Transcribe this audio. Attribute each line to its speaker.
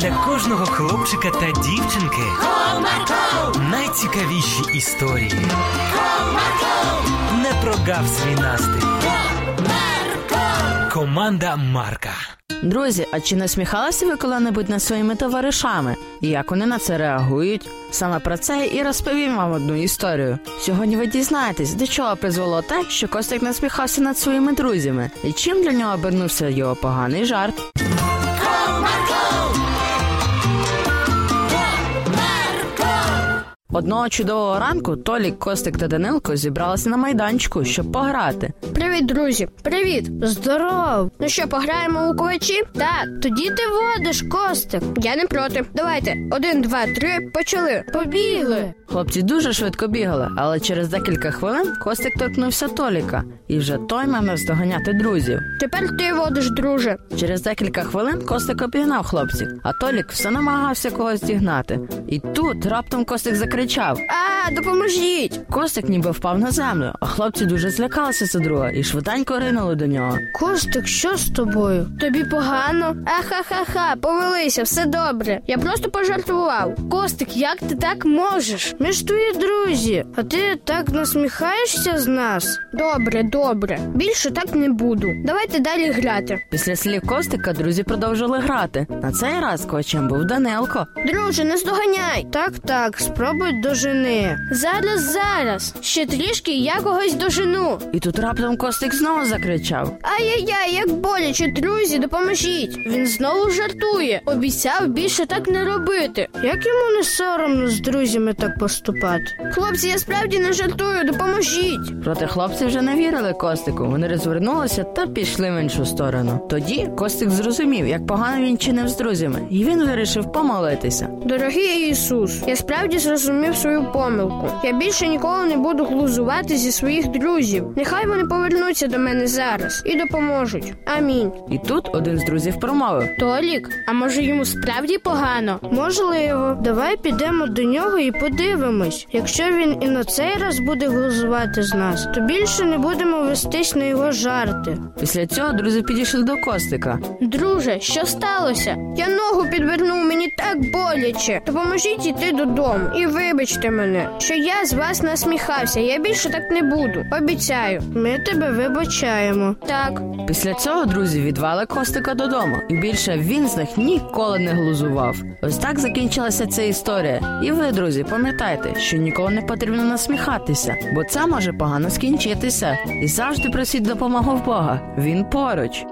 Speaker 1: для кожного хлопчика та дівчинки
Speaker 2: Marco,
Speaker 1: найцікавіші історії.
Speaker 2: Marco,
Speaker 1: Не прогав свій настрій. Команда Марка.
Speaker 3: Друзі, а чи насміхалися ви коли-небудь над своїми товаришами? І як вони на це реагують? Саме про це і розповім вам одну історію. Сьогодні ви дізнаєтесь, до чого призвело те, що Костик насміхався над своїми друзями, і чим для нього обернувся його поганий жарт. Одного чудового ранку Толік, Костик та Данилко зібралися на майданчику, щоб пограти.
Speaker 4: Привіт, друзі! Привіт! Здоров! Ну що, пограємо у ковачі? Так, тоді ти водиш, Костик. Я не проти. Давайте, один, два, три, почали. Побігли!
Speaker 3: Хлопці дуже швидко бігали, але через декілька хвилин Костик торкнувся Толіка, і вже той мав наздоганяти друзів.
Speaker 4: Тепер ти водиш, друже.
Speaker 3: Через декілька хвилин Костик обігнав хлопців, а Толік все намагався когось дігнати. І тут раптом Костик закричав.
Speaker 4: А, допоможіть!
Speaker 3: Костик ніби впав на землю, а хлопці дуже злякалися за друга і швиденько ринули до нього.
Speaker 4: Костик, що з тобою? Тобі погано? Ахахаха, повелися, все добре. Я просто пожартував. Костик, як ти так можеш? Ми ж твої друзі, а ти так насміхаєшся з нас. Добре, добре. Більше так не буду. Давайте далі грати.
Speaker 3: Після слів Костика друзі продовжили грати. На цей раз кочем був Данилко.
Speaker 4: Друже, не здоганяй. Так, так, спробуй дожени. Зараз, зараз. Ще трішки і я когось дожену.
Speaker 3: І тут раптом Костик знову закричав.
Speaker 4: Ай-яй-яй, як боляче, друзі, допоможіть. Він знову жартує. Обіцяв більше так не робити. Як йому не соромно з друзями так поступати? Хлопці, я справді не жартую, допоможіть.
Speaker 3: Проте хлопці вже не вірили Костику. Вони розвернулися та пішли в іншу сторону. Тоді Костик зрозумів, як погано він чинив з друзями, і він вирішив помолитися.
Speaker 4: Дорогий Ісус, я справді зрозумів свою помилку. Я більше ніколи не буду глузувати зі своїх друзів. Нехай вони повернуться до мене зараз і допоможуть. Амінь.
Speaker 3: І тут один з друзів промовив.
Speaker 4: Толік, а може йому справді погано? Можливо, давай підемо до нього і подивимось. Якщо він і на цей раз буде глузувати з нас, то більше не будемо вестись на його жарти.
Speaker 3: Після цього друзі підійшли до Костика.
Speaker 4: Друже, що сталося? Я ногу підвернув, мені так боляче. Допоможіть іти додому і вибачте мене, що я з вас насміхався. Я більше так не буду. Обіцяю. Ми тебе вибачаємо. Так,
Speaker 3: Після цього друзі відвели Костика додому, і більше він з них ніколи не глузував. Ось так закінчилася ця історія. І ви, друзі, пам'ятайте, що ніколи не потрібно насміхатися, бо це може погано скінчитися. І завжди просіть допомогу в Бога. Він поруч.